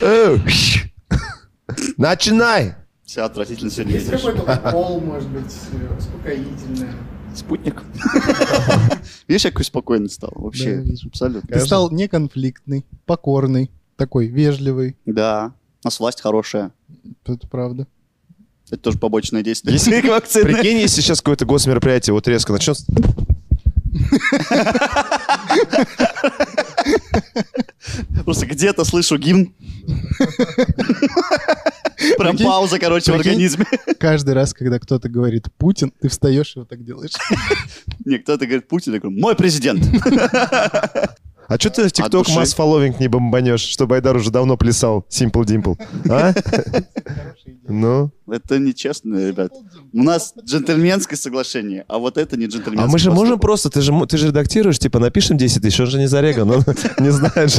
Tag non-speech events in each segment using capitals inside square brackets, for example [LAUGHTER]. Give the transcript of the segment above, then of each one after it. такой... Начинай! Вся отвратительно сегодня Есть видишь. какой-то укол, может быть, э, успокоительное. Спутник. [LAUGHS] Видишь, я какой спокойный стал? Вообще, Да, вижу. абсолютно. Ты стал неконфликтный, покорный, такой вежливый. Да. У нас власть хорошая. Это правда. Это тоже побочное действие. Если- вакцины. Прикинь, если сейчас какое-то госмероприятие вот резко начнется... [LAUGHS] Просто где-то слышу [LAUGHS] гимн. Прям Прикинь, пауза, короче, в прикинь. организме. [LAUGHS] Каждый раз, когда кто-то говорит «Путин», ты встаешь и вот так делаешь. Не, кто-то говорит Путин, я говорю, мой президент. [LAUGHS] А что ты в ТикТок души. масс фолловинг не бомбанешь, чтобы Айдар уже давно плясал Simple Dimple? А? Ну? Это нечестно, ребят. У нас джентльменское соглашение, а вот это не джентльменское. А мы же можем поступок. просто, ты же, м- ты же редактируешь, типа, напишем 10 тысяч, он же не зареган, он [LAUGHS] не знаешь.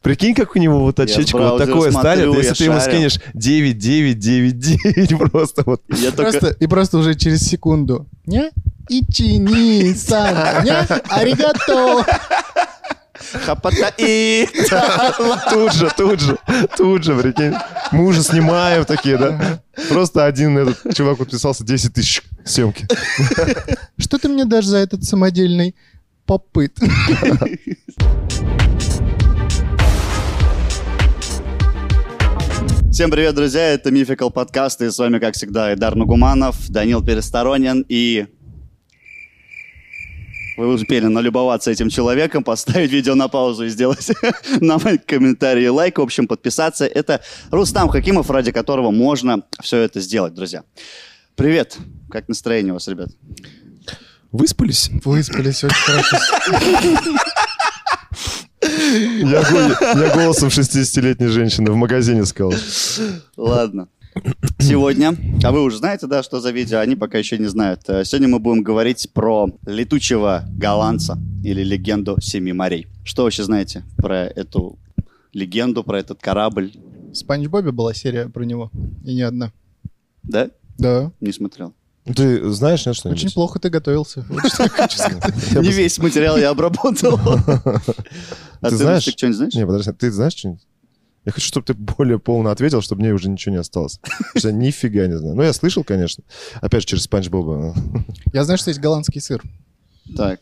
Прикинь, как у него вот очечко вот браузер такое смотрю, станет, я если ты ему шарю. скинешь 9, 9, 9, 9, [LAUGHS] просто вот. Я только... [LAUGHS] Просто, и просто уже через секунду. Не? Ичини, сан, не? Аригато. Хапата и... Тут же, тут же, тут же, прикинь. Мы уже снимаем такие, да? Просто один этот чувак подписался 10 тысяч съемки. Что ты мне дашь за этот самодельный попыт? Всем привет, друзья, это Мификал подкаст, и с вами, как всегда, Идар Нугуманов, Данил Пересторонин и... Вы успели налюбоваться этим человеком, поставить видео на паузу и сделать [LAUGHS] нам комментарий и лайк, в общем, подписаться. Это Рустам Хакимов, ради которого можно все это сделать, друзья. Привет! Как настроение у вас, ребят? Выспались? Выспались очень хорошо. Я, го- я голосом 60-летней женщины в магазине сказал. Ладно. Сегодня, а вы уже знаете, да, что за видео, они пока еще не знают. Э, Сегодня мы будем говорить про летучего голландца или легенду Семи морей. Что вообще знаете про эту легенду, про этот корабль? В Спанч Бобе была серия про него. И не одна. Да? Да. Не смотрел. Ты знаешь, нет, что-нибудь? Очень плохо ты готовился. Вот что я хочу сказать. Я не бы- весь материал я [LAUGHS] обработал. Ты А ты, знаешь? знаешь? что-нибудь знаешь? Не, подожди, ты знаешь что-нибудь? Я хочу, чтобы ты более полно ответил, чтобы мне уже ничего не осталось. Потому что я нифига не знаю. Ну, я слышал, конечно. Опять же, через Спанч Боба. Я знаю, что есть голландский сыр. Так.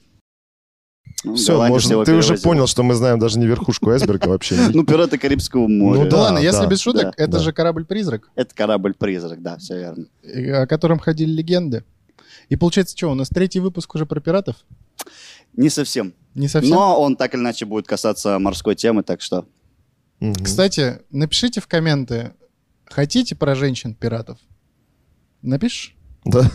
Ну, Все, голландец может, его ты уже перевозил. понял, что мы знаем даже не верхушку айсберга вообще. ни- Ну, пираты Карибского моря. Ну Да Да, ладно, если да, без шуток, да, это да. же корабль-призрак, Это корабль-призрак, да, все верно. э, о котором ходили легенды. И получается, что, у нас третий выпуск уже про пиратов? Не совсем. Не совсем. Но он так или иначе будет касаться морской темы, так что Мгм. Кстати, напишите в комменты, хотите про женщин-пиратов? Напишешь? Да.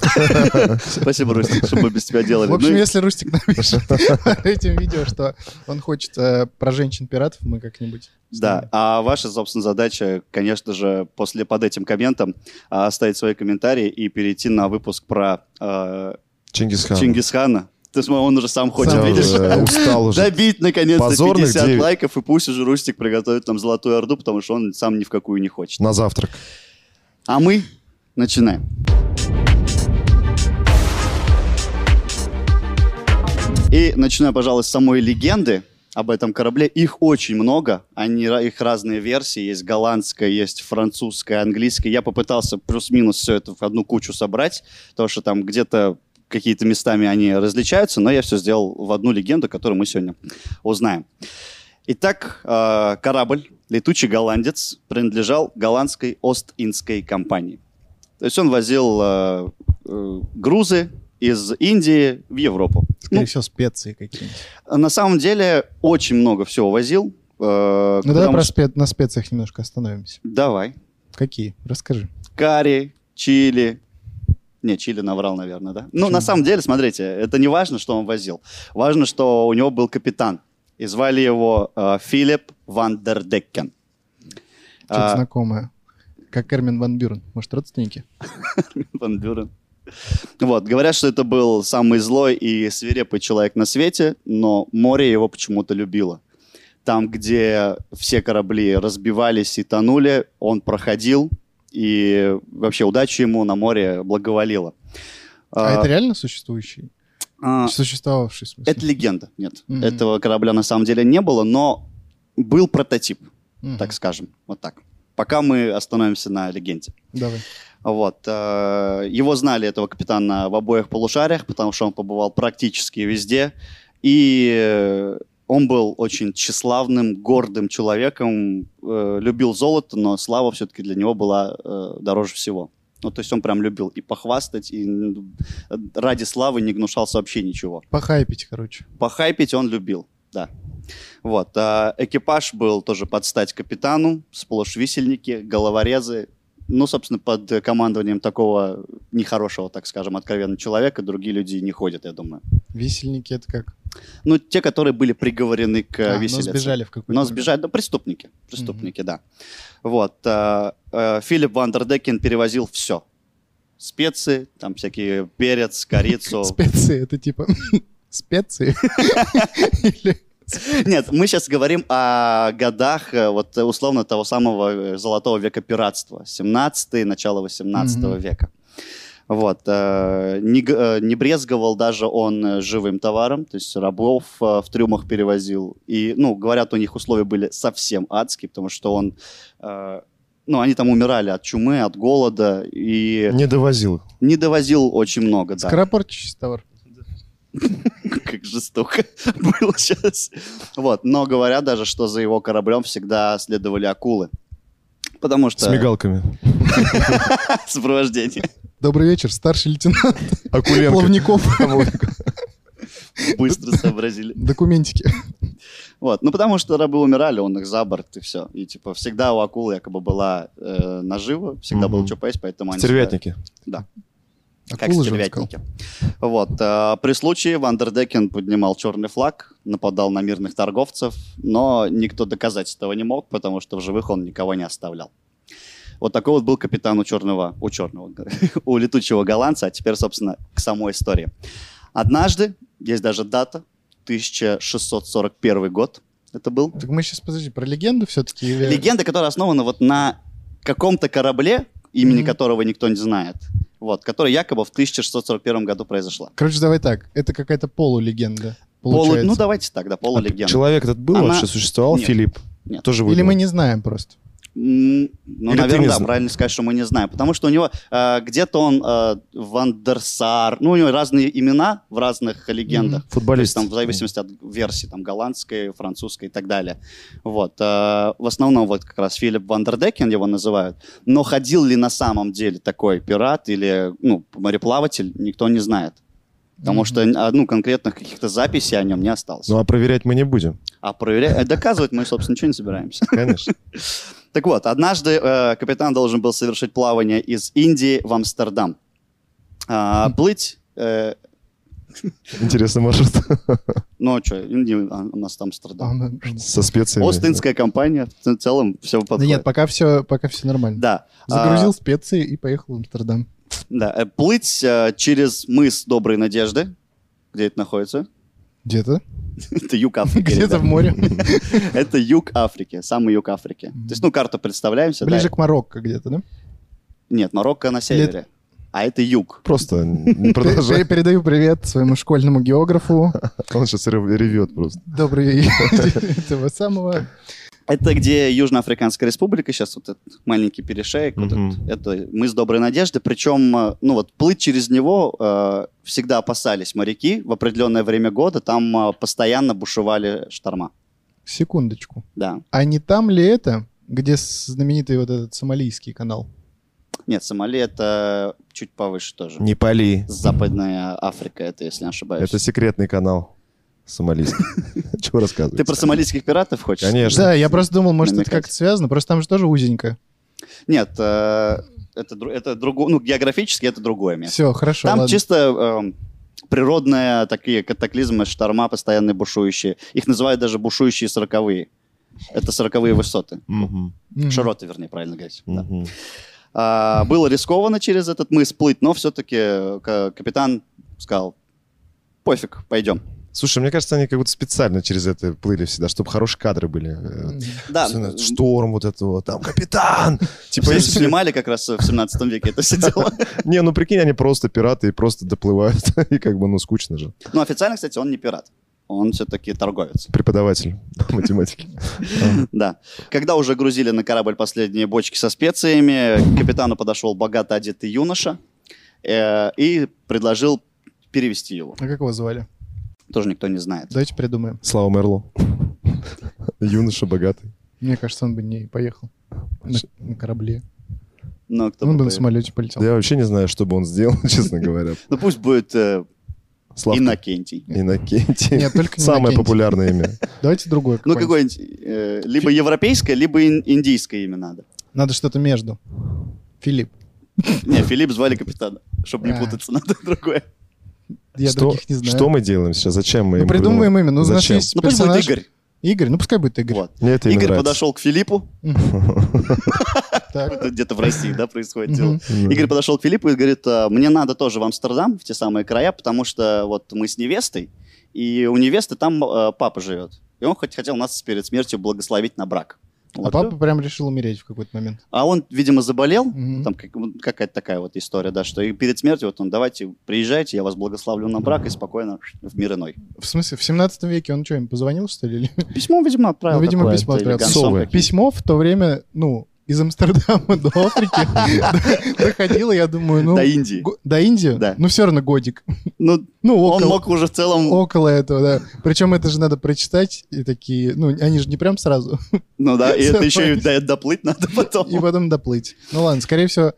спасибо, Рустик, что мы без тебя делали. В общем, Ну и- если Рустик напишет под [LAUGHS] этим видео, что он хочет э, про женщин-пиратов, мы как-нибудь... Да, а ваша, собственно, задача, конечно же, после, под этим комментом а, оставить свои комментарии и перейти на выпуск про э, Чингисхан. Чингисхана. Ты смотри, он уже сам хочет, Сам видишь? [LAUGHS] уже. Э, Устал уже. Добить, наконец-то, Позорных 50 девять. лайков, и пусть уже Рустик приготовит там золотую орду, потому что он сам ни в какую не хочет. На завтрак. А мы начинаем. И начинаю, пожалуй, с самой легенды об этом корабле. Их очень много, они, ра- их разные версии. Есть голландская, есть французская, английская. Я попытался плюс-минус все это в одну кучу собрать, потому что там где-то какие-то местами они различаются, но я все сделал в одну легенду, которую мы сегодня узнаем. Итак, э, корабль «Летучий голландец» принадлежал голландской Ост-Индской компании. То есть он возил э, э, грузы из Индии в Европу. Скорее всего, специи какие-нибудь. Ну, на самом деле очень много всего возил. э, Ну, давай потому про что- спе- на специях немножко остановимся. Давай. Какие? Расскажи. Карри, чили. Не, чили наврал, наверное, да? Ну, на Почему? самом деле, смотрите, это не важно, что он возил. Важно, что у него был капитан. И звали его э, Филипп Вандердеккен. Что-то А, знакомое. Как Эрмин Ван Бюрен. Может, родственники? Ван Бюрен. Вот, говорят, что это был самый злой и свирепый человек на свете, но море его почему-то любило. Там, где все корабли разбивались и тонули, он проходил, и вообще удача ему на море благоволила. А, А, это реально существующий? а, Существовавший, в смысле? это легенда, нет. Мгм. Этого корабля на самом деле не было, но был прототип, Мгм. так скажем, вот так. Пока мы остановимся на легенде. Давай. Вот. э, Его знали, этого капитана, в обоих полушариях, потому что он побывал практически везде. И э, он был очень тщеславным, гордым человеком, э, любил золото, но слава все-таки для него была э, дороже всего. Ну, то есть он прям любил и похвастать, и м, ради славы не гнушался вообще ничего. Похайпить, короче. Похайпить он любил, да. Вот. а экипаж был тоже под стать капитану, сплошь висельники, головорезы. Ну, собственно, под э, командованием такого нехорошего, так скажем, откровенно человека другие люди не ходят, я думаю. Висельники это как? Ну, те, которые были приговорены к э, А, но виселице. сбежали в какой-то... Но момент. сбежать, да, преступники, преступники, да. Вот, э, э, Филипп Вандердекен перевозил все. Специи, там всякие перец, корицу. Специи, это типа... [LAUGHS] [LAUGHS] Специи? Или- Нет, мы сейчас говорим о годах, э, вот э, условно того самого э, золотого века пиратства, 17 начало 18 Мгм. века. Вот, э, не, г- э, не брезговал даже он э, живым товаром, то есть рабов э, в трюмах перевозил. И, ну, говорят, у них условия были совсем адские, потому что он, э, ну, они там умирали от чумы, от голода, и Не довозил. не довозил очень много, да. Скоропортящийся товар. как жестоко [LAUGHS] было сейчас. Вот, но говорят даже, что за его кораблем всегда следовали акулы. Потому что... С мигалками. [LAUGHS] Сопровождение. Добрый вечер, старший лейтенант а Акуленко. [LAUGHS] [LAUGHS] Плавников. Быстро сообразили. Документики. Вот, ну потому что рабы умирали, он их за борт, и все. И типа всегда у акулы якобы была э, нажива, всегда Мгм. было что поесть, поэтому они... Стервятники. Как Акулы А же он сказал. стервятники. Вот. э, при случае Вандердекен поднимал черный флаг, нападал на мирных торговцев, но никто доказать этого не мог, потому что в живых он никого не оставлял. Вот такой вот был капитан у черного, у черного, [LAUGHS] у летучего голландца. А теперь, собственно, к самой истории. Однажды, есть даже дата, 1641 год это был. Так мы сейчас, подожди, про легенду все-таки? Легенда, которая основана вот на каком-то корабле, имени Мгм. которого никто не знает, вот, который якобы в 1641 году произошла. Короче, давай так. Это какая-то полулегенда. Полу- Получается. Ну, давайте так, да, полулегенда. А Человек этот был Она- вообще, существовал, Нет. Филипп? Нет. Тоже Или выдумал. мы не знаем просто. М, Ну, Или ты наверное, не да, зн- правильно сказать, что мы не знаем. Потому что у него э, где-то он э, Вандерсар, ну, у него разные имена в разных легендах. То есть Футболист. там в зависимости от версии, там, голландской, французской и так далее. Вот. э, в основном вот как раз Филипп Вандердекен его называют. Но ходил ли на самом деле такой пират или, ну, мореплаватель, никто не знает. Потому Мгм. что, а, ну, конкретных каких-то записей о нем не осталось. Ну а проверять мы не [LAUGHS] будем, А проверять, доказывать мы, собственно, ничего [LAUGHS] не собираемся. конечно. Так вот, однажды э, капитан должен был совершить плавание из Индии в Амстердам. А, плыть, э, Интересный маршрут. ну что, у нас там Амстердам. Ладно. [LAUGHS] Со специями. Остинская компания, в целом все Да подходит. нет, пока все, пока все нормально. Да. Загрузил А, специи и поехал в Амстердам. да, э, плыть э, через мыс Доброй Надежды, где это находится. [LAUGHS] Где-то. Это юг Африки. [LAUGHS] Где-то [LAUGHS] ребят. в море. Это юг Африки, самый юг Африки. Мгм. То есть, ну, карту представляемся. да? Ближе к Марокко где-то, да? Нет, Марокко на севере, а это юг. [LAUGHS] Просто не Пер- продолжай. Передаю привет своему [LAUGHS] школьному географу. Он сейчас ревет просто. Добрый [LAUGHS] этого самого. Это где Южноафриканская республика, сейчас вот этот маленький перешеек, вот Мгм. этот, это мыс Доброй Надежды, причем, э, ну вот, плыть через него э, всегда опасались моряки в определенное время года, там э, постоянно бушевали шторма, Секундочку. да. А не там ли это, где с- знаменитый вот этот сомалийский канал? Нет, Сомали это чуть повыше тоже. Не пали. Западная Африка это, если не ошибаюсь. Это секретный канал [LAUGHS] сомалийский. Чего рассказывать? Ты про сомалийских пиратов хочешь? Конечно. Да, я просто думал, может, это намекать. как-то связано, просто там же тоже узенько. Нет, э, это, дру- это другое, ну, географически это другое место. Все, хорошо, Там ладно. чисто эм, природные такие катаклизмы, шторма постоянные бушующие. Их называют даже бушующие сороковые. Это сороковые высоты. Мгм. Мгм. Широты, вернее, правильно говорить. Да. Мгм. А, было рискованно через этот мыс плыть, но все-таки капитан сказал, пофиг, пойдем. Слушай, мне кажется, они как будто специально через это плыли всегда, чтобы хорошие кадры были. Э, Мгм. Да, Особенно Шторм вот этого, там [LAUGHS] капитан. Типа, все же если тебе- снимали как раз э, в 17 веке это [LAUGHS] все дело. Не, ну прикинь, они просто пираты [LAUGHS] и просто доплывают. И как бы, ну, скучно же. Но официально, кстати, он не пират. он все-таки торговец. Преподаватель математики. Да. Когда уже грузили на корабль последние бочки со специями, к капитану подошел богато одетый юноша э, и предложил перевести его. А как его звали? Тоже никто не знает. Давайте придумаем. Слава Мерлу. Юноша богатый. Мне кажется, он бы не поехал на, на корабле. Но Ну, кто он бы бы на поверил. самолете полетел. Я вообще не знаю, что бы он сделал, [LAUGHS] честно говоря. Ну пусть будет э, Славка. Иннокентий. Иннокентий. Нет, только [LAUGHS] не Самое Иннокентий. популярное имя. Давайте другое. Ну какое-нибудь. какое-нибудь э, либо европейское, либо ин- индийское имя надо. Надо что-то между. Филипп. Не, Филипп звали капитана, чтобы не А. путаться, надо другое. [LAUGHS] Я Что- других не знаю. Что мы делаем сейчас? Зачем мы Ну, им придумываем имя. Ну, у нас Зачем? есть Ну пусть будет персонаж. Игорь. Игорь, ну пускай будет Игорь. Вот. Мне это имя Игорь нравится. подошел к Филиппу, [LAUGHS] Так. это где-то в России, да, происходит дело. Мгм. Мгм. Игорь подошел к Филиппу и говорит, «А, мне надо тоже в Амстердам, в те самые края, потому что вот мы с невестой, и у невесты там э, папа живет. И он хоть хотел нас перед смертью благословить на брак. А Вот. папа прям решил умереть в какой-то момент. А он, видимо, заболел, Мгм. там как- ну, какая-то такая вот история, да, что и перед смертью вот он, давайте, приезжайте, я вас благословлю на брак и спокойно в мир иной. В смысле, в 17 веке он что, им позвонил, что ли? или- Письмо, видимо, отправил. Ну, видимо, такое, письмо это или отправил. гонцом Совы. каким. Письмо в то время, ну, из Амстердама до [LAUGHS] Африки [LAUGHS] до- доходило, я думаю, ну... До Индии. го- До Индии? Да. Ну, все равно годик. Ну, Ну, он около, мог уже в целом... около этого, да. Причем это же надо прочитать, и такие, ну, они же не [LAUGHS] прям сразу, Ну да, и это Сам еще и до- доплыть надо потом. и потом доплыть. Ну ладно, скорее всего,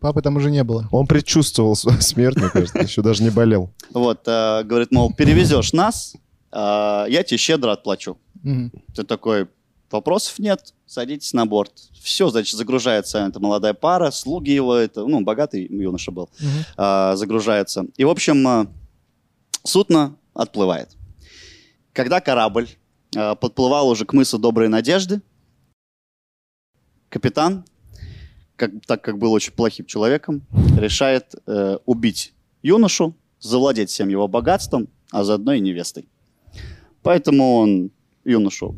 папы там уже не было. Он предчувствовал [LAUGHS] свою смерть, мне кажется, еще даже не болел. Вот, э, говорит, мол, перевезешь нас, э, я тебе щедро отплачу. Мгм. Ты такой, вопросов нет, садитесь на борт. Все, значит, загружается эта молодая пара, слуги его, это, ну, богатый юноша был, Мгм. а, загружается. И, в общем, а, судно отплывает. Когда корабль а, подплывал уже к мысу Доброй Надежды, капитан, как, так как был очень плохим человеком, решает э, убить юношу, завладеть всем его богатством, а заодно и невестой. Поэтому он юношу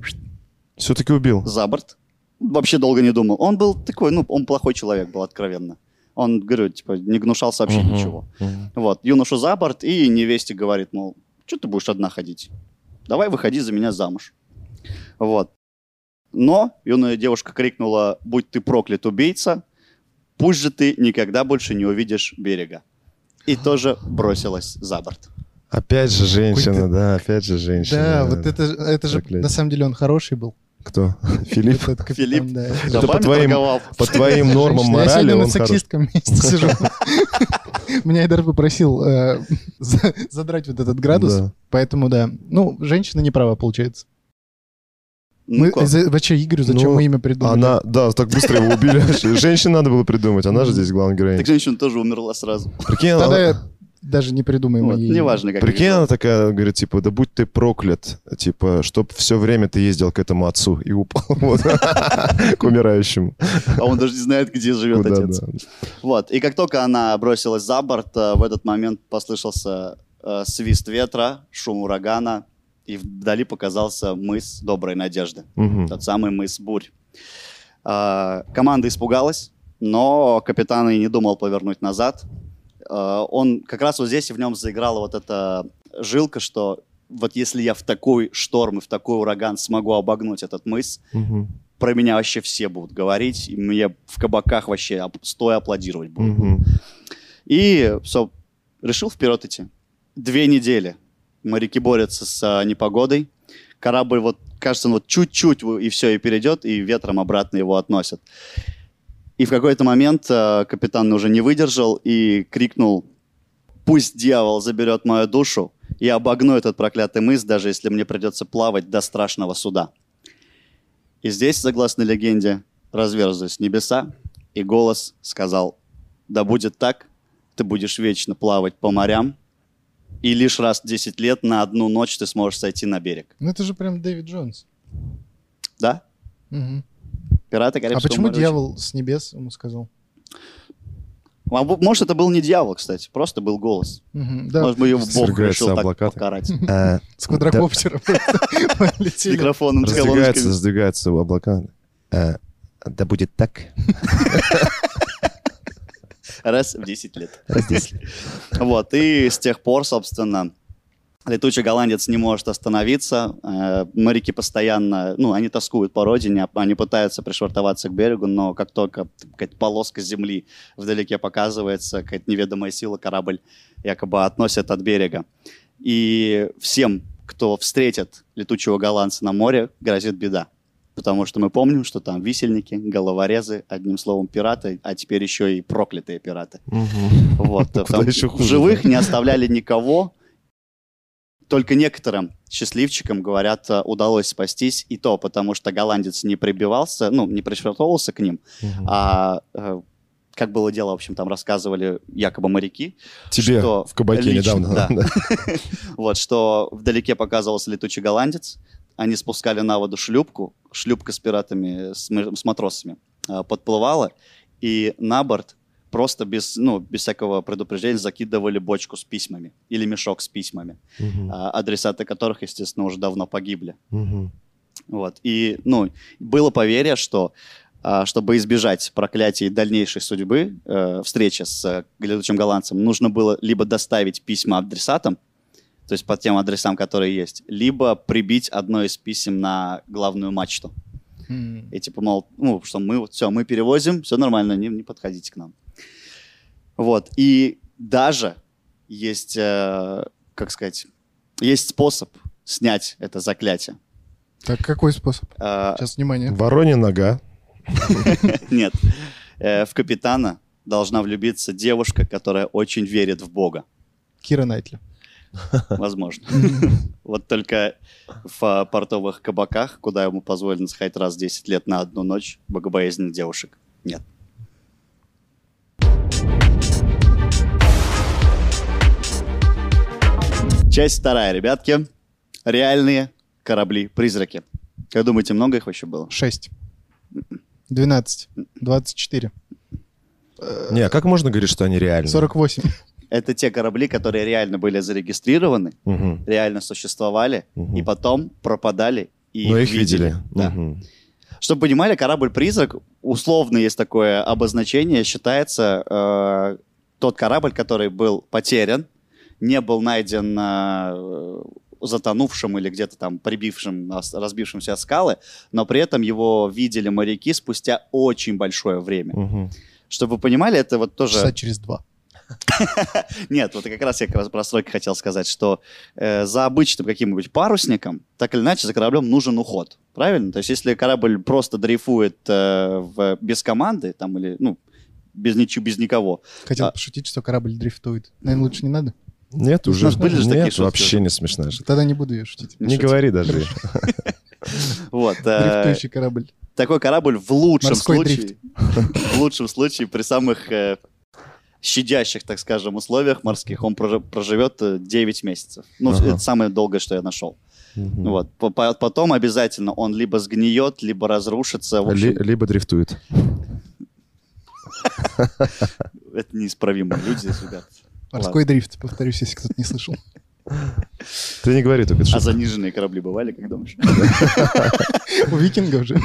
Все-таки убил. за борт. Вообще долго не думал. Он был такой, ну, он плохой человек был, откровенно. Он, говорю, типа, не гнушался вообще Мгм. ничего. Мгм. Вот, юношу за борт, и невесте говорит, мол, что ты будешь одна ходить? Давай выходи за меня замуж. Вот. Но юная девушка крикнула, будь ты проклят, убийца, пусть же ты никогда больше не увидишь берега. И тоже бросилась за борт. Опять же женщина, Какой-то- да, опять же женщина. Да, вот это, ж- это же, Проклятие. на самом деле, он хороший был. Кто? [LAUGHS] Филипп? Этот капитан, Филипп. [LAUGHS] да, это же Это по Зубами твоим- торговал. По твоим нормам Женщина. Я морали сегодня на он хорош. сексистском месте сижу. [LAUGHS] Меня Айдар попросил э, [LAUGHS] за- задрать вот этот градус, Да. поэтому да. Ну, женщина не права, получается. [LAUGHS] Ну, Мы как? за- вообще Игорю, зачем Ну, мы имя придумали? Она, да, так быстро его [LAUGHS] убили. Женщин надо было придумать, она же здесь главная героиня. Так женщина тоже умерла сразу. Прикинь, Тогда она, я даже не придумаем Ну, Вот, ей. неважно, как. прикинь, это она такая говорит, типа, да будь ты проклят, типа, чтоб все время ты ездил к этому отцу и упал [LAUGHS] вот, к умирающему. было. А он даже не знает, где живет Куда, отец. да. Вот, и как только она бросилась за борт, э, в этот момент послышался э, свист ветра, шум урагана, и вдали показался мыс Доброй Надежды, Мгм. тот самый мыс Бурь. Э, команда испугалась, но капитан и не думал повернуть назад. Э, он как раз вот здесь и в нем заиграла вот эта жилка, что вот если я в такой шторм и в такой ураган смогу обогнуть этот мыс, Мгм. про меня вообще все будут говорить, и мне в кабаках вообще ап- стоя аплодировать будут. [LAUGHS] Мгм. И все, решил вперед идти. Две недели моряки борются с а, непогодой. Корабль, вот, кажется, он вот чуть-чуть в- и все, и перейдет, и ветром обратно его относят. И в какой-то момент а, капитан уже не выдержал и крикнул, пусть дьявол заберет мою душу, я обогну этот проклятый мыс, даже если мне придется плавать до страшного суда. И здесь, согласно легенде, разверзлись небеса, и голос сказал, да будет так, ты будешь вечно плавать по морям, и лишь раз в 10 лет на одну ночь ты сможешь сойти на берег. Ну, это же прям Дэвид Джонс. Да? Мгм. Пираты А Карибского почему моря очень- дьявол с небес ему сказал? А бу- Может, это был не дьявол, кстати, просто был голос. Мгм, Да, Может, бы его Бог Свергаются решил облака. так покарать. А, с квадрокоптера С [LAUGHS] полетели. микрофоном, с Раздвигаются, колоночками. раздвигаются облака. А, Да будет так. Раз в 10 лет. Раз здесь. Вот, и с тех пор, собственно, Летучий голландец не может остановиться. Э, Моряки постоянно, ну, они тоскуют по родине, а- они пытаются пришвартоваться к берегу, но как только какая-то полоска земли вдалеке показывается, какая-то неведомая сила корабль якобы относит от берега. И всем, кто встретит летучего голландца на море, грозит беда. Потому что мы помним, что там висельники, головорезы, одним словом, пираты, а теперь еще и проклятые пираты. [LAUGHS] Мгм. Вот, э, Куда там еще в хуже, живых не оставляли никого. Только некоторым счастливчикам, говорят, э, удалось спастись, и то потому, что голландец не прибивался, ну, не пришвартовывался к ним, Мгм. а э, как было дело, в общем, там рассказывали якобы моряки, Тебе что Э, в кабаке лично, недавно. [LAUGHS] да. да. вот, что вдалеке показывался летучий голландец, они спускали на воду шлюпку, шлюпка с пиратами, с, мы- с матросами э, подплывала, и на борт просто без, ну, без всякого предупреждения закидывали бочку с письмами или мешок с письмами, Мгм. а, адресаты которых, естественно, уже давно погибли. Мгм. Вот. И, ну, было поверье, что а, чтобы избежать проклятий дальнейшей судьбы, э, встречи с э, летучим голландцем, нужно было либо доставить письма адресатам, то есть по тем адресам, которые есть, либо прибить одно из писем на главную мачту. М. И типа, мол, ну, что мы вот все, мы перевозим, все нормально, не, не подходите к нам. Вот. И даже есть, э, как сказать, есть способ снять это заклятие. Так, какой способ? Э, Сейчас, внимание. Воронья нога. Нет. Э, В капитана должна влюбиться девушка, которая очень верит в Бога. Кира Найтли. Возможно. Вот только в а, портовых кабаках, куда ему позволено сходить раз в 10 лет на одну ночь, богобоязненных девушек. Нет. Часть вторая, ребятки. Реальные корабли-призраки. Как думаете, много их вообще было? 6. 12. 24. Э, Не, а как можно говорить, что они реальные? 48. Это те корабли, которые реально были зарегистрированы, Мгм. реально существовали Мгм. и потом пропадали. И Но Ну, их видели. Да. Мгм. Чтобы понимали, корабль-призрак, условно есть такое обозначение, считается э, тот корабль, который был потерян, не был найден э, затонувшим или где-то там прибившим, а, с- разбившимся от скалы, но при этом его видели моряки спустя очень большое время. Мгм. Чтобы вы понимали, это вот тоже... Часа через два. Нет, вот как раз я как раз про сроки хотел сказать, что э, за обычным каким-нибудь парусником, так или иначе, за кораблем нужен уход. Правильно? То есть, если корабль просто дрейфует э, в- без команды, там, или, ну, без ничего, без никого. Хотел А. пошутить, что корабль дрифтует. Наверное, лучше не надо. Нет, Ну, у уже нас были же такие нет, шутки вообще не смешная шутка. Тогда не буду ее шутить. Не шутки. говори даже. Вот. э, Дрифтующий корабль. такой корабль в лучшем Морской случае, в лучшем случае при самых э, щадящих, так скажем, условиях морских он прожи- проживет э, 9 месяцев. Ну, Ага. это самое долгое, что я нашел. Мгм. Вот. По- по- Потом обязательно он либо сгниет, либо разрушится. В общем, Ли- Либо дрифтует. Это неисправимо. Люди, [LAUGHS] ребят. Морской дрифт, повторюсь, если кто-то [LAUGHS] не слышал. Ты не говори только эту А шутку. заниженные корабли бывали, как [LAUGHS] думаешь? У [LAUGHS] викингов же.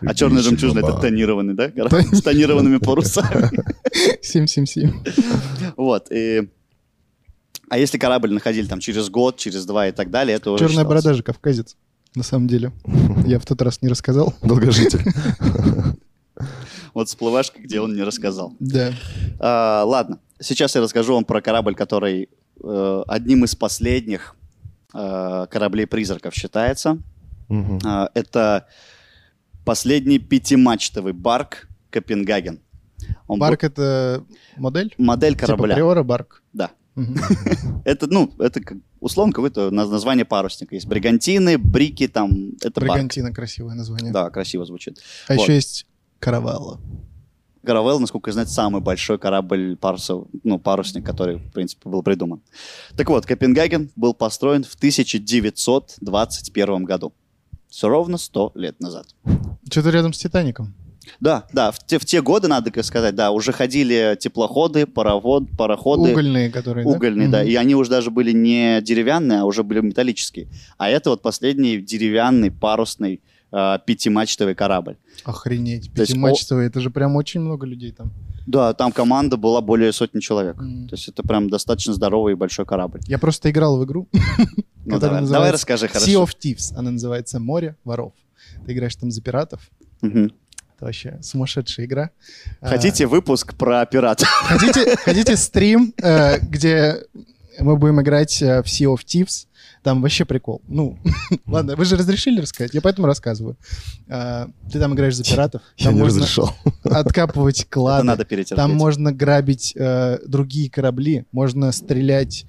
А черная жемчужина это тонированный, да? корабль? С тонированными парусами. [LAUGHS] 777. Вот. и- А если корабль находили там через год, через два и так далее, это уже Черная считалось. борода же кавказец. На [LAUGHS] самом деле. Я в тот раз не рассказал. Долгожитель. Вот всплывашка, где он не рассказал. Да. А, Ладно, сейчас я расскажу вам про корабль, который э, одним из последних э, кораблей-призраков считается. Мгм. А, Это последний пятимачтовый барк Копенгаген. Он был- Барк — это модель? Модель корабля. Типа Приора Барк. Да. Мгм. Это, ну, это как- условно какое-то наз- название парусника. Есть бригантины, брики, там, это барк. Бригантина — красивое название. Да, красиво звучит. А Вот. еще есть Каравелла. Каравелл, насколько я знаю, самый большой корабль парусов, ну, парусник, который, в принципе, был придуман. Так вот, Копенгаген был построен в 1921 году. Все ровно 100 лет назад. Что-то рядом с Титаником. Да, да, в те, в те годы, надо ка- сказать, да, уже ходили теплоходы, паровод, пароходы. Угольные, которые, Угольные, да. Мгм. И они уже даже были не деревянные, а уже были металлические. А это вот последний деревянный парусный э, пятимачтовый корабль. Охренеть, То есть пятимачтовые, это же прям очень много людей там. Да, там команда была более сотни человек. М. То есть это прям достаточно здоровый и большой корабль. Я просто играл в игру, Ну, Который давай, называется давай [LAUGHS] расскажи Sea хорошо. of Thieves, она называется «Море воров». Ты играешь там за пиратов, Мгм. это вообще сумасшедшая игра. А, Хотите выпуск про пиратов? [LAUGHS] Хотите, хотите стрим, э, где мы будем играть э, в Sea of Thieves? Там вообще прикол. Ну, [LAUGHS] ладно, вы же разрешили рассказать, я поэтому рассказываю. А, Ты там играешь за пиратов. Я там не можно разрешал. откапывать Это клады. надо перетерпеть. Там можно грабить э, другие корабли, можно стрелять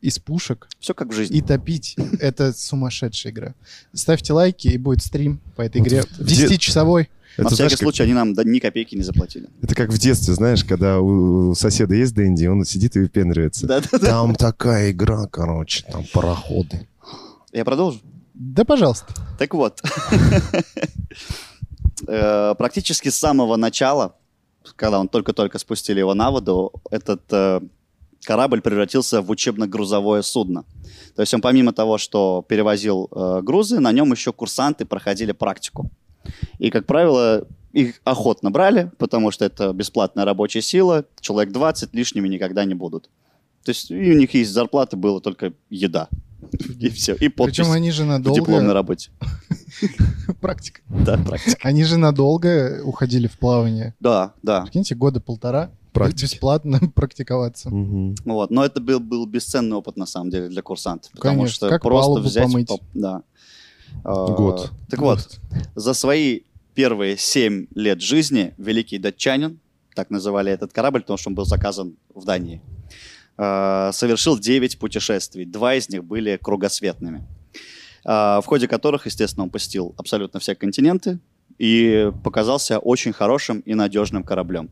из пушек Все как в жизни. и топить. Это сумасшедшая игра. Ставьте лайки, и будет стрим по этой Вот игре. в- в де- 10-часовой. На Это, знаешь, всякий как- случай они нам да, ни копейки не заплатили. это как в детстве, знаешь, когда у соседа есть Дэнди, он сидит и выпендривается. Да-да-да. Там такая игра, короче, там пароходы. [LAUGHS] Я продолжу. Да, пожалуйста. Так вот. [LAUGHS] Э, Практически с самого начала, когда он только-только спустили его на воду, этот э, корабль превратился в учебно-грузовое судно. То есть он помимо того, что перевозил э, грузы, на нем еще курсанты проходили практику. И, как правило, их охотно брали, потому что это бесплатная рабочая сила, человек 20 лишними никогда не будут. То есть и у них есть зарплаты, было только еда. И все, и подпись Причем они же в дипломной [LAUGHS] надолго... работе. Практика. Да, практика. Они же надолго уходили в плавание. Да, да. Прикиньте, года полтора Практики. бесплатно [LAUGHS] практиковаться. Мгм. Ну Вот. Но это был, был бесценный опыт, на самом деле, для курсантов. Потому Конечно, что как просто палубу взять... помыть. поп- да. А, Год. Так вот, за свои первые семь лет жизни великий датчанин, так называли этот корабль, потому что он был заказан в Дании, а, совершил 9 путешествий. Два из них были кругосветными, а, в ходе которых, естественно, он посетил абсолютно все континенты и показался очень хорошим и надежным кораблем.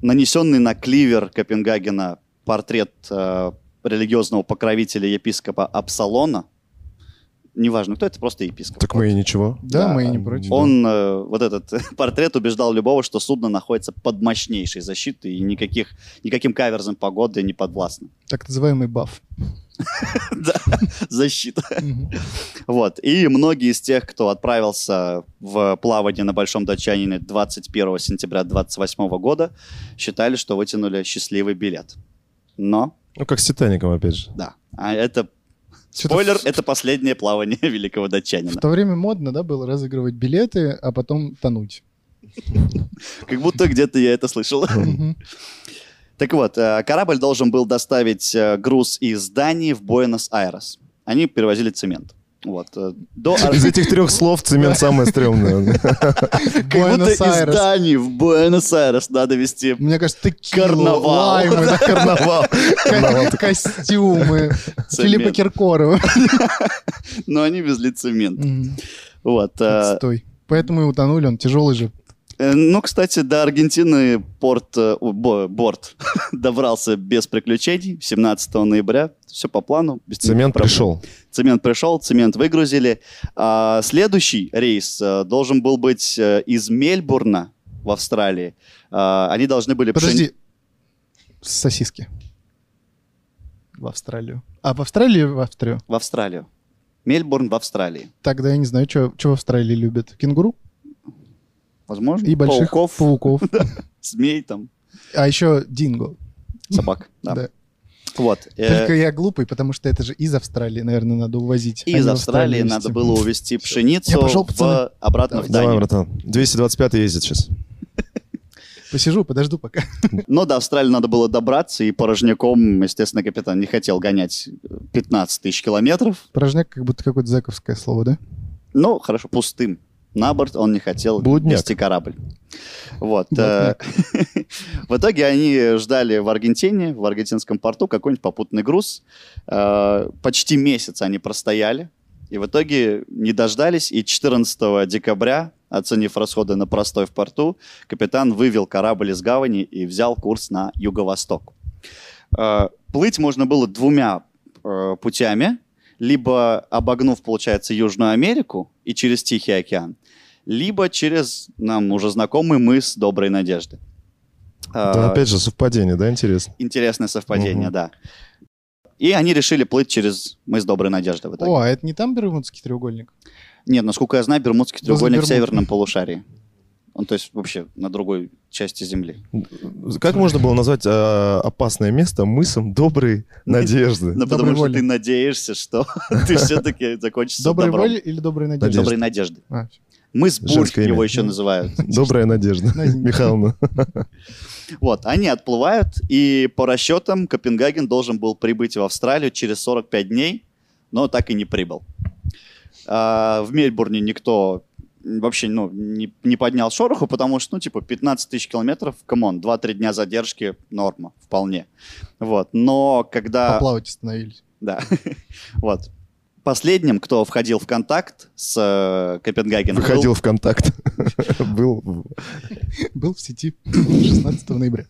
Нанесенный на кливер Копенгагена портрет э, религиозного покровителя епископа Апсалона, неважно кто это, просто епископ. Так мы и ничего. Да, Да, мы и не против. Он, э, вот этот [LAUGHS] портрет убеждал любого, что судно находится под мощнейшей защитой и никаких, никаким каверзам погоды не подвластно. Так называемый баф. Да, защита. Мгм. Вот. И многие из тех, кто отправился в плавание на Большом Датчанине 21 сентября 28 года, считали, что вытянули счастливый билет. Но, Ну, как с Титаником, опять же. да, а это... Что-то Спойлер, в- это последнее плавание [LAUGHS] великого В [LAUGHS] датчанина. то время модно, да, было разыгрывать билеты, а потом тонуть. Как будто где-то я это слышал. Мгм. Так вот, э, корабль должен был доставить э, груз из Дании в Буэнос-Айрес. Они перевозили цемент. Вот. э, До... Из этих трех слов цемент самое [LAUGHS] стрёмное. Как будто из Буэнос-Айрес. Дании в Буэнос-Айрес надо [LAUGHS] вести. Мне кажется, текилу, Карнавал. лаймы, [LAUGHS] да, Карнавал. Карнавал. ко- костюмы, Цемент. Филиппа Киркорова. Но они везли цемент. Мгм. Вот. э, Отстой. Поэтому и утонули, он тяжелый же. э, Ну, кстати, до Аргентины порт, э, о, бо- борт [LAUGHS] добрался без приключений 17 ноября. Все по плану. без никаких Цемент проблем. пришел. Цемент пришел, цемент выгрузили. А следующий рейс э, должен был быть э, из Мельбурна в Австралии. А, они должны были... пшени- Подожди. Сосиски. В Австралию. А в Австралии в Австрию? В Австралию. Мельбурн в Австралии. Тогда я не знаю, что в Австралии любят. Кенгуру Возможно. и больших Пауков, [LAUGHS] пауков. змей там, А еще динго. [LAUGHS] собак. да. Да. Вот. э, Только я глупый, потому что это же из Австралии, наверное, надо увозить. а не Из в Австралии надо везти. было увезти пшеницу Я пошел, в, пацаны. обратно в Давай, Данию. братан. 225 ездит сейчас. Посижу, подожду пока. [LAUGHS] Но до Австралии надо было добраться, и порожняком, естественно, капитан не хотел гонять 15 тысяч километров. Порожняк как будто какое-то зэковское слово, да? Ну, хорошо, пустым. На борт он не хотел Блудняк. вести корабль. Вот. э, [LAUGHS] В итоге они ждали в Аргентине, в аргентинском порту какой-нибудь попутный груз. Э, Почти месяц они простояли. И в итоге не дождались. И 14 декабря, оценив расходы на простой в порту, капитан вывел корабль из гавани и взял курс на юго-восток. Э, Плыть можно было двумя э, путями. Либо обогнув, получается, Южную Америку и через Тихий океан, либо через нам уже знакомый мыс Доброй Надежды. Да, Э, опять же, совпадение, да, интересно? Интересное совпадение, Мгм. да. И они решили плыть через мыс Доброй Надежды в итоге. О, а это не там Бермудский треугольник? Нет, насколько я знаю, Бермудский Возле треугольник в Бермуд. северном полушарии. Он, то есть, вообще на другой части Земли. Как можно было назвать э, опасное место мысом доброй надежды? Ну, потому Доброй что воли. ты надеешься, что [LAUGHS] ты все-таки закончишься Доброй добром. воли или доброй надежды? Доброй надежды. А, Мы с Бург Женское имя. его еще называют. Добрая надежда, Наденька. Михайловна. Вот, они отплывают, и по расчетам Копенгаген должен был прибыть в Австралию через 45 дней, но так и не прибыл. А, в Мельбурне никто вообще ну, не, не поднял шороху, потому что, ну, типа, 15 тысяч километров, камон, 2-3 дня задержки — норма, вполне. Вот, но когда... Поплавать остановились. [CLEARS THROAT] Да, [LAUGHS] вот. Последним, кто входил в контакт с э, Копенгагеном, был- Выходил в [LAUGHS] контакт. Был в- Был в сети [CLEARS THROAT] 16 ноября.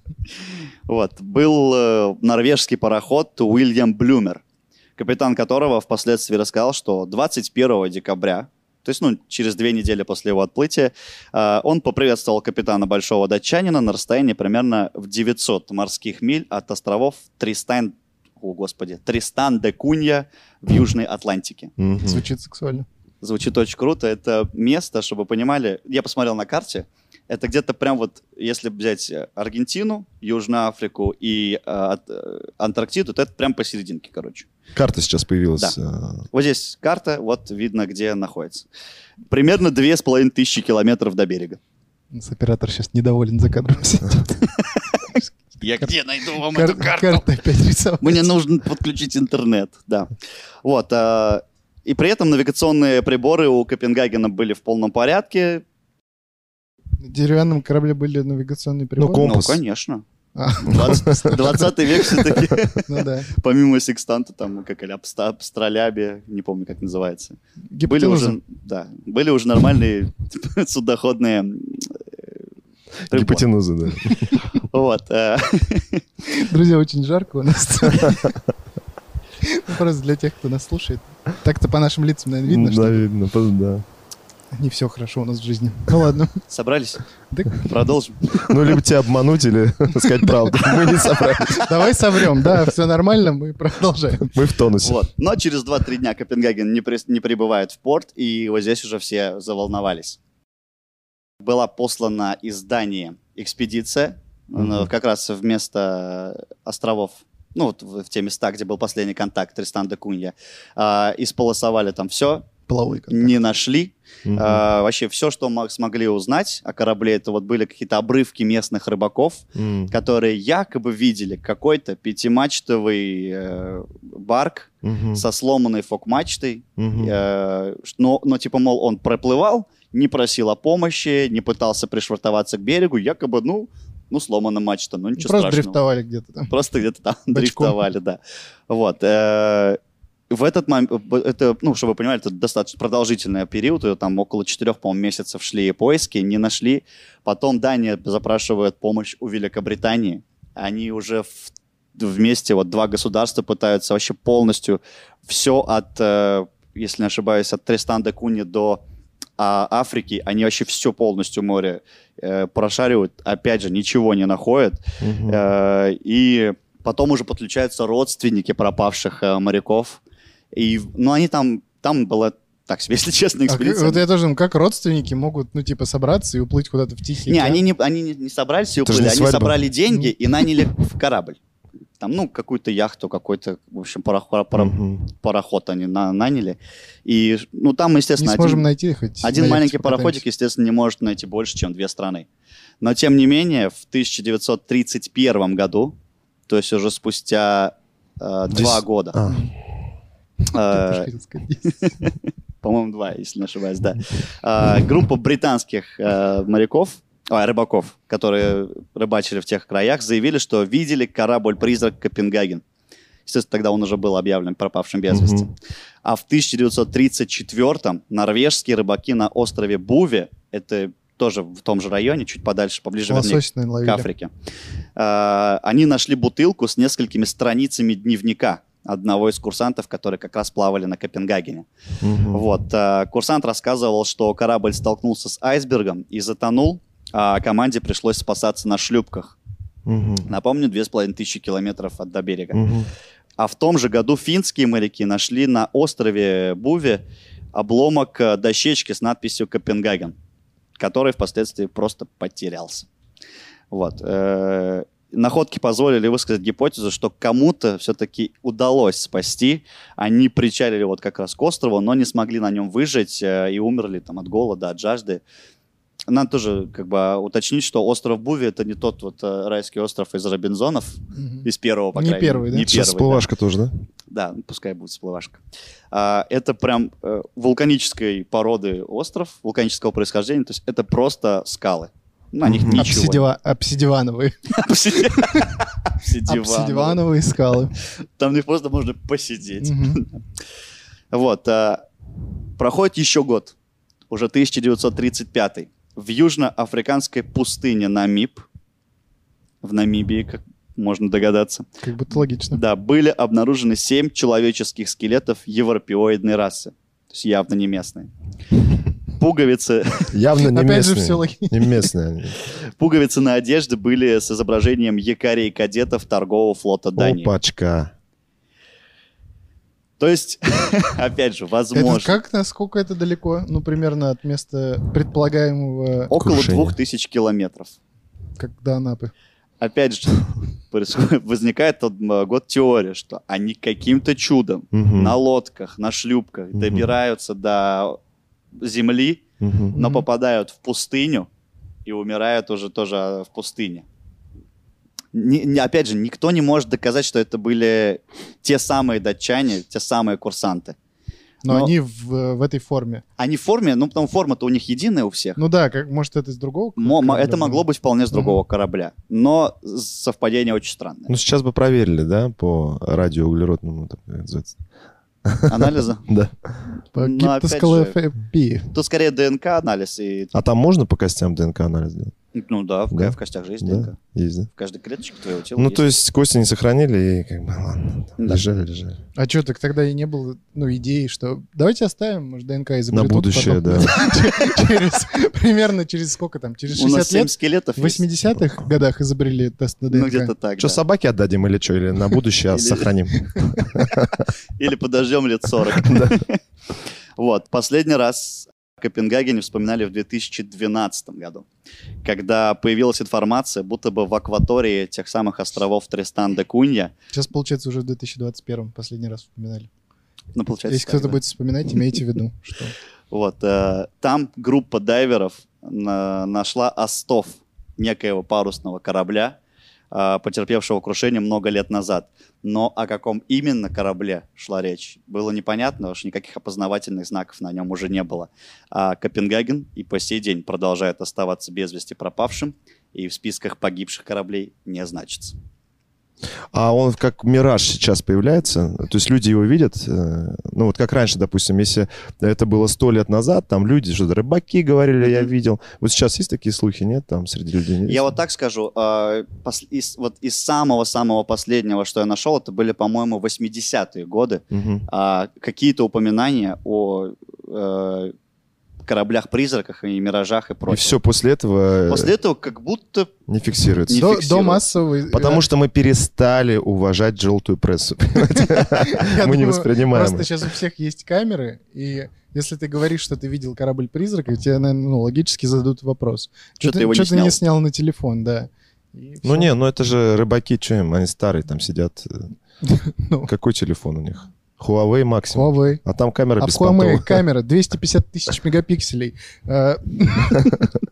Вот. Был э, норвежский пароход Уильям Блюмер, капитан которого впоследствии рассказал, что 21 декабря, то есть ну, через две недели после его отплытия, э, он поприветствовал капитана Большого Датчанина на расстоянии примерно в 900 морских миль от островов Тристан, о, господи, Тристан де Кунья в Южной Атлантике. Мгм. Звучит сексуально. Звучит очень круто. Это место, чтобы вы понимали, я посмотрел на карте, это где-то прям вот, если взять э, Аргентину, Южную Африку и э, от- э, Антарктиду, то это прям посерединке, короче. Карта сейчас появилась. э, Вот здесь карта, вот видно, где находится. Примерно две с половиной тысячи километров до берега. Нас оператор сейчас недоволен за кадром сидит. Я где найду вам [LAUGHS] Кар- эту карту? Карта опять рисовала. Мне нужно подключить интернет, да. Вот. а, И при этом навигационные приборы у Копенгагена были в полном порядке. На деревянном корабле были навигационные приборы. ком- Компас. Ну, конечно. А. 20, 20 век все-таки. [LAUGHS] Ну да. помимо секстанта, там, как или абста- абстролябия, не помню, как называется. [LAUGHS] Были Гипотенуза. уже, да, были уже нормальные судоходные э, приборы. Гипотенуза, да. Вот. э, Друзья, очень жарко [LAUGHS] у нас. [LAUGHS] Ну, Просто для тех, кто нас слушает. Так-то по нашим лицам, наверное, видно, Ну Да, что видно, по- да. не все хорошо у нас в жизни. Ну ладно. Собрались? Да. Продолжим. Ну, либо тебя обмануть, или [LAUGHS] сказать правду. Мы не собрались. Давай соврем, да, все нормально, мы продолжаем. Мы в тонусе. Вот. Но через 2-3 дня Копенгаген не, прис- не прибывает в порт, и вот здесь уже все заволновались. Была послана из Дании экспедиция, ну, Мгм. как раз вместо островов, ну, вот в, в те места, где был последний контакт Тристан де Кунья, а, исполосовали там все, Половой контакт. не нашли. Мгм. А, вообще все, что мы смогли узнать о корабле, это вот были какие-то обрывки местных рыбаков, М, которые якобы видели какой-то пятимачтовый э, барк мгм, со сломанной фок-мачтой. мгм. э, ш- но, но типа, мол, он проплывал, не просил о помощи, не пытался пришвартоваться к берегу, якобы, ну, ну сломана мачта, ну ничего Просто страшного. дрифтовали где-то там. Просто где-то там [LAUGHS] Бочком. дрифтовали, да. Вот. э, В этот момент, это, ну, чтобы вы понимали, это достаточно продолжительный период, и там около четырех, по-моему, месяцев шли поиски, не нашли. Потом Дания запрашивает помощь у Великобритании. Они уже в- вместе, вот два государства пытаются вообще полностью все от, э, если не ошибаюсь, от Тристан де Куни до а, Африки, они вообще все полностью море э, прошаривают, опять же, ничего не находят. Мгм. Э, И потом уже подключаются родственники пропавших э, моряков. И, ну, они там, там была, так себе, [LAUGHS] если честно, А как- экспедиция. вот я тоже думаю, как родственники могут, ну, типа, собраться и уплыть куда-то в Тихий Не, океан? они не, они не- не собрались и Это же уплыли, не они свадьба. Ну. собрали деньги и наняли в корабль. Там, ну, какую-то яхту, какой-то, в общем, пароход, Мгм. пароход они на- наняли. И, ну, там, Не естественно, один- сможем найти хоть. Один на маленький яхте покатаемся. пароходик, естественно, не может найти больше, чем две страны. Но, тем не менее, в 1931 году, то есть уже спустя э, два Десять- [LAUGHS] года, А, Я тоже э, хотел сказать. по-моему, два, если не ошибаюсь, да, э, группа британских э, моряков, а, рыбаков, которые рыбачили в тех краях, заявили, что видели корабль-призрак Копенгаген. Естественно, тогда он уже был объявлен пропавшим без вести. мгм. А в 1934-м норвежские рыбаки на острове Буве, это тоже в том же районе, чуть подальше, поближе вернее, Лосось, наверное, к ловили. Африке, э, они нашли бутылку с несколькими страницами дневника одного из курсантов, которые как раз плавали на Копенгагене. Мгм. Вот, э, курсант рассказывал, что корабль столкнулся с айсбергом и затонул, а команде пришлось спасаться на шлюпках. Мгм. Напомню, 2500 километров от до берега. Мгм. А в том же году финские моряки нашли на острове Буве обломок э, дощечки с надписью «Копенгаген», который впоследствии просто потерялся. Вот. э, Находки позволили высказать гипотезу, что кому-то все-таки удалось спасти. Они причалили вот как раз к острову, но не смогли на нем выжить э, и умерли там от голода, от жажды. Надо тоже как бы а, уточнить, что остров Буви это не тот вот э, райский остров из Робинзонов, Мгм. из первого, по Не крайней мере. первый, да? Не Сейчас первый, да. всплывашка [LAUGHS] тоже, да? Да, ну, пускай будет всплывашка. А, это прям э, вулканической породы остров, вулканического происхождения, то есть это просто скалы. Ну, На них Мгм. ничего. Обсидива- Обсидиановые. [LAUGHS] Обсиди- Обсидиан. [LAUGHS] Обсидиановые скалы. Там не просто можно посидеть. Мгм. Вот. а, Проходит еще год, уже 1935 в южноафриканской пустыне Намиб, в Намибии, как можно догадаться, Как будто логично. Да, были обнаружены семь человеческих скелетов европеоидной расы. То есть явно не местные. Пуговицы, Явно не Опять же, местные. все логично. Не местные [LAUGHS] они. пуговицы на одежде были с изображением якорей кадетов торгового флота Дании. Опачка. То есть, [LAUGHS] опять же, возможно, Это как, насколько это далеко? Ну, примерно от места предполагаемого, около Крушение. двух тысяч километров. как до Анапы. Опять же, происходит- возникает тот м, год теория, что они каким-то чудом Мгм. на лодках, на шлюпках Мгм. добираются до земли, Мгм. но Мгм. попадают в пустыню и умирают уже тоже э, в пустыне. Ни- ни- опять же, никто не может доказать, что это были те самые датчане, те самые курсанты. Но, Но- они в, в этой форме. Они в форме, ну, потому форма-то у них единая у всех. Ну да, как, может, это из другого? Ну, Мо- мо- корабля это могло было? быть вполне с другого корабля, но совпадение очень странное. [LAUGHS] Ну, сейчас бы проверили, да, по радиоуглеродному, там, как это называется. Анализа? Да. По Ну, опять гиптоскалофопии. Тут скорее ДНК-анализ и... А там можно по костям ДНК-анализ делать? Ну да, в, Да. в костях же есть Да. ДНК. Есть, да? В каждой клеточке твоего тела Ну, есть. то есть кости не сохранили, и как бы, ладно, Да. лежали, лежали. А что, так тогда и не было, ну, идеи, что давайте оставим, может, ДНК изобретут. На будущее, потом. да. [LAUGHS] Через- примерно через сколько там, через У нас 60 семь лет? скелетов В есть. 80-х годах изобрели тест на Ну, где-то ДНК. так, Что, да. собаке отдадим или что? Или на будущее Или- сохраним? Или подождем лет 40. Вот, последний раз о Копенгагене вспоминали в 2012 году, когда появилась информация, будто бы в акватории тех самых островов Тристан де Кунья, Сейчас, получается, уже в 2021 последний раз вспоминали. ну, получается, Если кто-то так, да. будет вспоминать, имейте в виду, что... Вот, э, там группа дайверов на- нашла остов некоего парусного корабля, э, потерпевшего крушение много лет назад. Но о каком именно корабле шла речь, было непонятно, потому что никаких опознавательных знаков на нем уже не было. А Копенгаген и по сей день продолжает оставаться без вести пропавшим, и в списках погибших кораблей не значится. А он как мираж сейчас появляется, то есть люди его видят, э, ну вот как раньше, допустим, если это было сто лет назад, там люди что-то рыбаки говорили, я Мгм. видел. Вот сейчас есть такие слухи, нет, там среди людей? нет? Я вот так скажу, э, пос- из, вот из самого-самого последнего, что я нашел, это были, по-моему, 80-е годы, Мгм. а, какие-то упоминания о э, кораблях-призраках и миражах и И прочем. все после этого э, После этого как будто... не фиксируется. Не До, фиксируют. до массовой... э, Потому что мы перестали уважать желтую прессу. [LAUGHS] [LAUGHS] Я Мы не думаю, воспринимаем. Просто сейчас у всех есть камеры, и если ты говоришь, что ты видел корабль-призрака, тебе, наверное, ну, логически зададут вопрос. Чё Чё ты его не чё снял? не снял на телефон, да. И Ну всё. не, ну это же рыбаки, что им, они старые там сидят. э, Ну. Какой телефон у них? Huawei максимум. Huawei. А там камера А в без [LAUGHS] Huawei понтов. камера 250 тысяч мегапикселей. Э, [LAUGHS]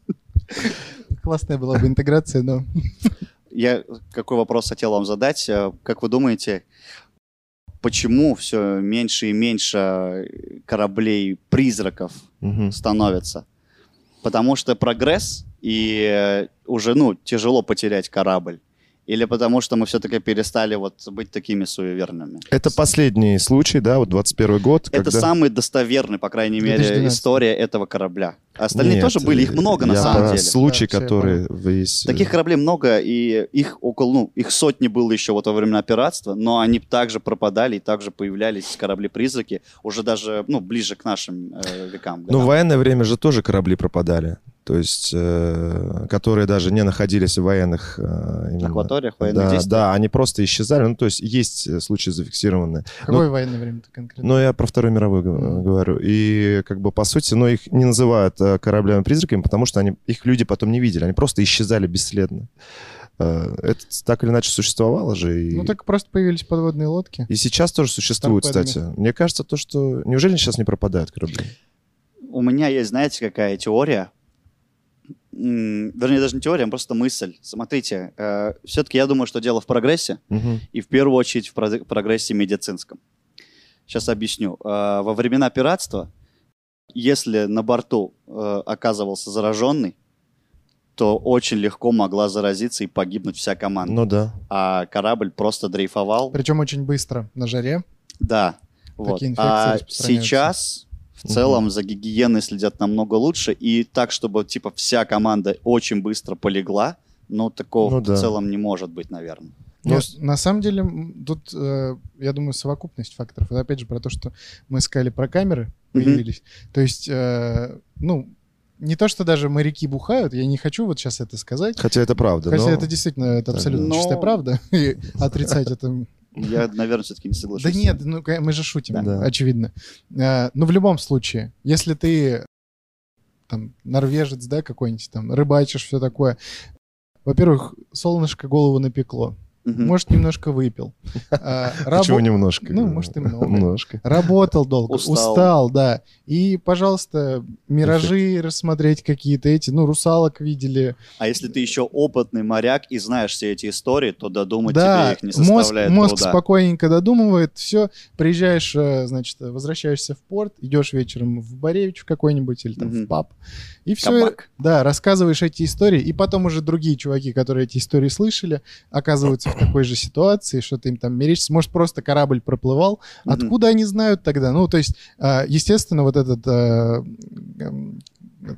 Классная была бы интеграция, но... Я какой вопрос хотел вам задать. Э, Как вы думаете, почему все меньше и меньше кораблей-призраков Мгм. становится? Потому что прогресс, и э, уже, ну, тяжело потерять корабль. Или потому что мы все-таки перестали вот быть такими суеверными? Это последний случай, да, вот 21 год. Это когда- самый достоверный, по крайней мере, 2012. история этого корабля. Остальные Нет, э, тоже были, их много на я самом про деле. Случаи, Да, всё, я которые э, есть. Таких кораблей много, и их около, ну, их сотни было еще вот во времена пиратства, но они также пропадали и также появлялись корабли-призраки уже даже, ну, ближе к нашим э, векам. Ну, в годам. военное время же тоже корабли пропадали. то есть, э, которые даже не находились в военных э, именно- акваториях, военных Да, действий. да, они просто исчезали. Ну, то есть есть э, случаи зафиксированные. Какое Ну, военное время-то конкретно? Но Ну, я про Вторую мировую гов- говорю. И как бы по сути, но их не называют э, кораблями-призраками, потому что они, их люди потом не видели. Они просто исчезали бесследно. Э, Это так или иначе существовало же. И... Ну, так просто появились подводные лодки. И сейчас тоже существует, Торпедами. кстати. Мне кажется, то, что... Неужели сейчас не пропадают корабли? У меня есть, знаете, какая теория? М, Вернее, даже не теория, а просто мысль. Смотрите, все-таки я думаю, что дело в прогрессе, и в первую очередь в прод- прогрессе медицинском. Сейчас объясню. Э, Во времена пиратства, если на борту э, оказывался зараженный, то очень легко могла заразиться и погибнуть вся команда. Ну да. А корабль просто дрейфовал. Причем очень быстро, на жаре. Да. Вот. Такие инфекции А распространяются. сейчас в Мгм. целом за гигиеной следят намного лучше. И так, чтобы типа вся команда очень быстро полегла, ну такого Ну да. в целом не может быть, наверное. Ну, Ну, с- на самом деле, м, тут, э, я думаю, совокупность факторов. Это опять же про то, что мы искали про камеры, Мгм. появились. То есть, э, ну, не то, что даже моряки бухают, я не хочу вот сейчас это сказать. Хотя это правда. Хотя но- это действительно это Да. абсолютно ну, Но- чистая правда, [LAUGHS] и отрицать это... Я, наверное, все-таки не соглашусь. Да нет, ну ка- мы же шутим, Да. очевидно. Э, Но в любом случае, если ты там норвежец, да, какой-нибудь там, рыбачишь, все такое, во-первых, солнышко голову напекло, Мгм. может, немножко выпил. А, Почему рабо- немножко? э, Ну, может, [LAUGHS] и много. Немножко. Работал долго, Устал. устал. да. И, пожалуйста, миражи рассмотреть какие-то эти, ну, русалок видели. А если ты еще опытный моряк и знаешь все эти истории, то додумать тебе да, их не мозг, составляет мозг труда. спокойненько додумывает, все, приезжаешь, э, значит, возвращаешься в порт, идешь вечером в Боревич в какой-нибудь или там Мгм. в паб, и все, Кабак. да, рассказываешь эти истории, и потом уже другие чуваки, которые эти истории слышали, оказываются в такой же ситуации, что-то им там мерещится, может, просто корабль проплывал, Мгм. Откуда они знают тогда? Ну, то есть, а, естественно, вот этот а, м,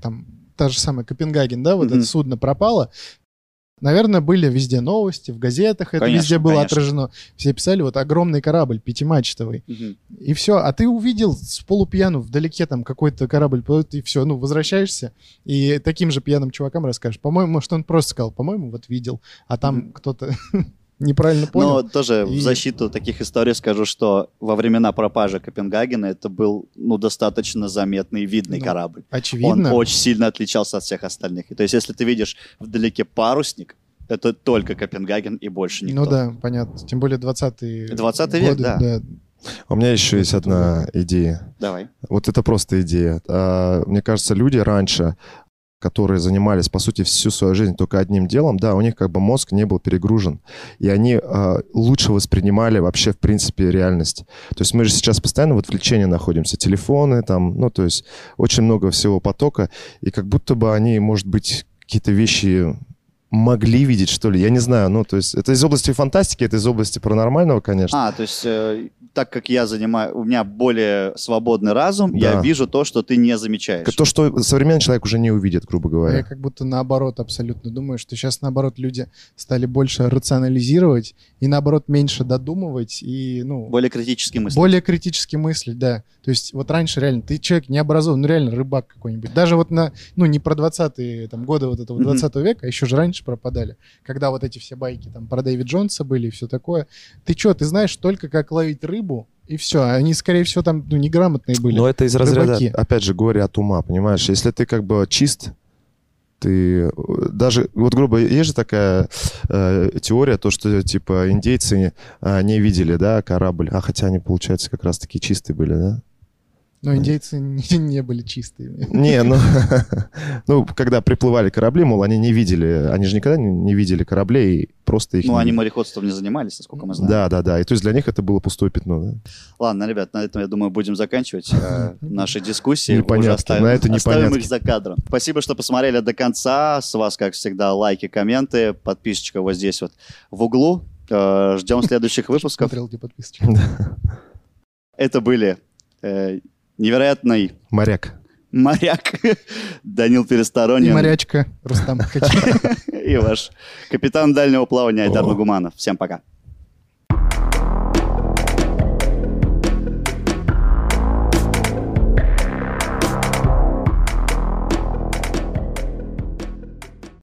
там та же самая Копенгаген, да, вот Мгм. это судно пропало. Наверное, были везде новости, в газетах это Конечно, везде было конечно. отражено. Все писали, вот огромный корабль, пятимачтовый. Мгм. И все. А ты увидел с полупьяну вдалеке там какой-то корабль, плывет, и все, ну, возвращаешься, и таким же пьяным чувакам расскажешь. По-моему, может, он просто сказал, по-моему, вот видел, а там Мгм. Ну, кто-то [LAUGHS] неправильно понял. Но тоже И- в защиту таких историй скажу, что во времена пропажи Копенгагена это был ну, достаточно заметный и видный Ну, корабль. Очевидно. Он очень сильно отличался от всех остальных. И то есть, если ты видишь вдалеке парусник, это только Копенгаген и больше никто. Ну да, понятно. Тем более 20 20 век, да. У меня еще есть одна идея. Давай. Вот это просто идея. А, Мне кажется, люди раньше, которые занимались, по сути, всю свою жизнь только одним делом, да, у них как бы мозг не был перегружен. И они а, лучше воспринимали вообще, в принципе, реальность. То есть мы же сейчас постоянно в отвлечении находимся. Телефоны там, ну, то есть очень много всего потока. И как будто бы они, может быть, какие-то вещи могли видеть, что ли. Я не знаю. Ну, то есть это из области фантастики, это из области паранормального, конечно. А, то есть, э, так как я занимаю, у меня более свободный разум, я Да. вижу то, что ты не замечаешь. То, что современный человек уже не увидит, грубо А говоря. Я как будто наоборот абсолютно думаю, что сейчас наоборот люди стали больше рационализировать и наоборот меньше додумывать и ну Более критически мысли. более критически мыслить, да. То есть вот раньше реально ты человек не образован, ну реально рыбак какой-нибудь. Даже вот на, ну не про 20-е там, годы вот этого Мгм. 20 века, а еще же раньше пропадали. Когда вот эти все байки там про Дэвид Джонса были и все такое. Ты что, ты знаешь только как ловить рыбу и все. Они, скорее всего, там ну, неграмотные были. Но это из разряда, Рыбаки. опять же, горе от ума, понимаешь? Если ты как бы чист, ты э, даже, вот грубо, есть же такая э, теория, то, что типа индейцы э, не видели, да, корабль, а хотя они, получается, как раз таки чистые были, да? Но индейцы [LAUGHS] не, не были чистыми. Не, ну, [LAUGHS] ну, когда приплывали корабли, мол, они не видели, они же никогда не, не видели кораблей, просто их... Ну, не они видели. мореходством не занимались, насколько мы знаем. Да, да, да. И то есть для них это было пустое пятно, да? Ладно, ребят, на этом, я думаю, будем заканчивать [LAUGHS] э, наши дискуссии. Непонятки. Уже оставим, На это оставим непонятки. их за кадром. Спасибо, что посмотрели до конца. С вас, как всегда, лайки, комменты. Подписочка вот здесь вот в углу. Э, [LAUGHS] ждем следующих выпусков. Смотрел, где подписочки. Это были э, невероятный Моряк. моряк [LAUGHS] Данил Пересторонин [LAUGHS] И морячка Рустам Хакимов. и ваш капитан дальнего плавания Айдар О. Нагуманов. Всем пока.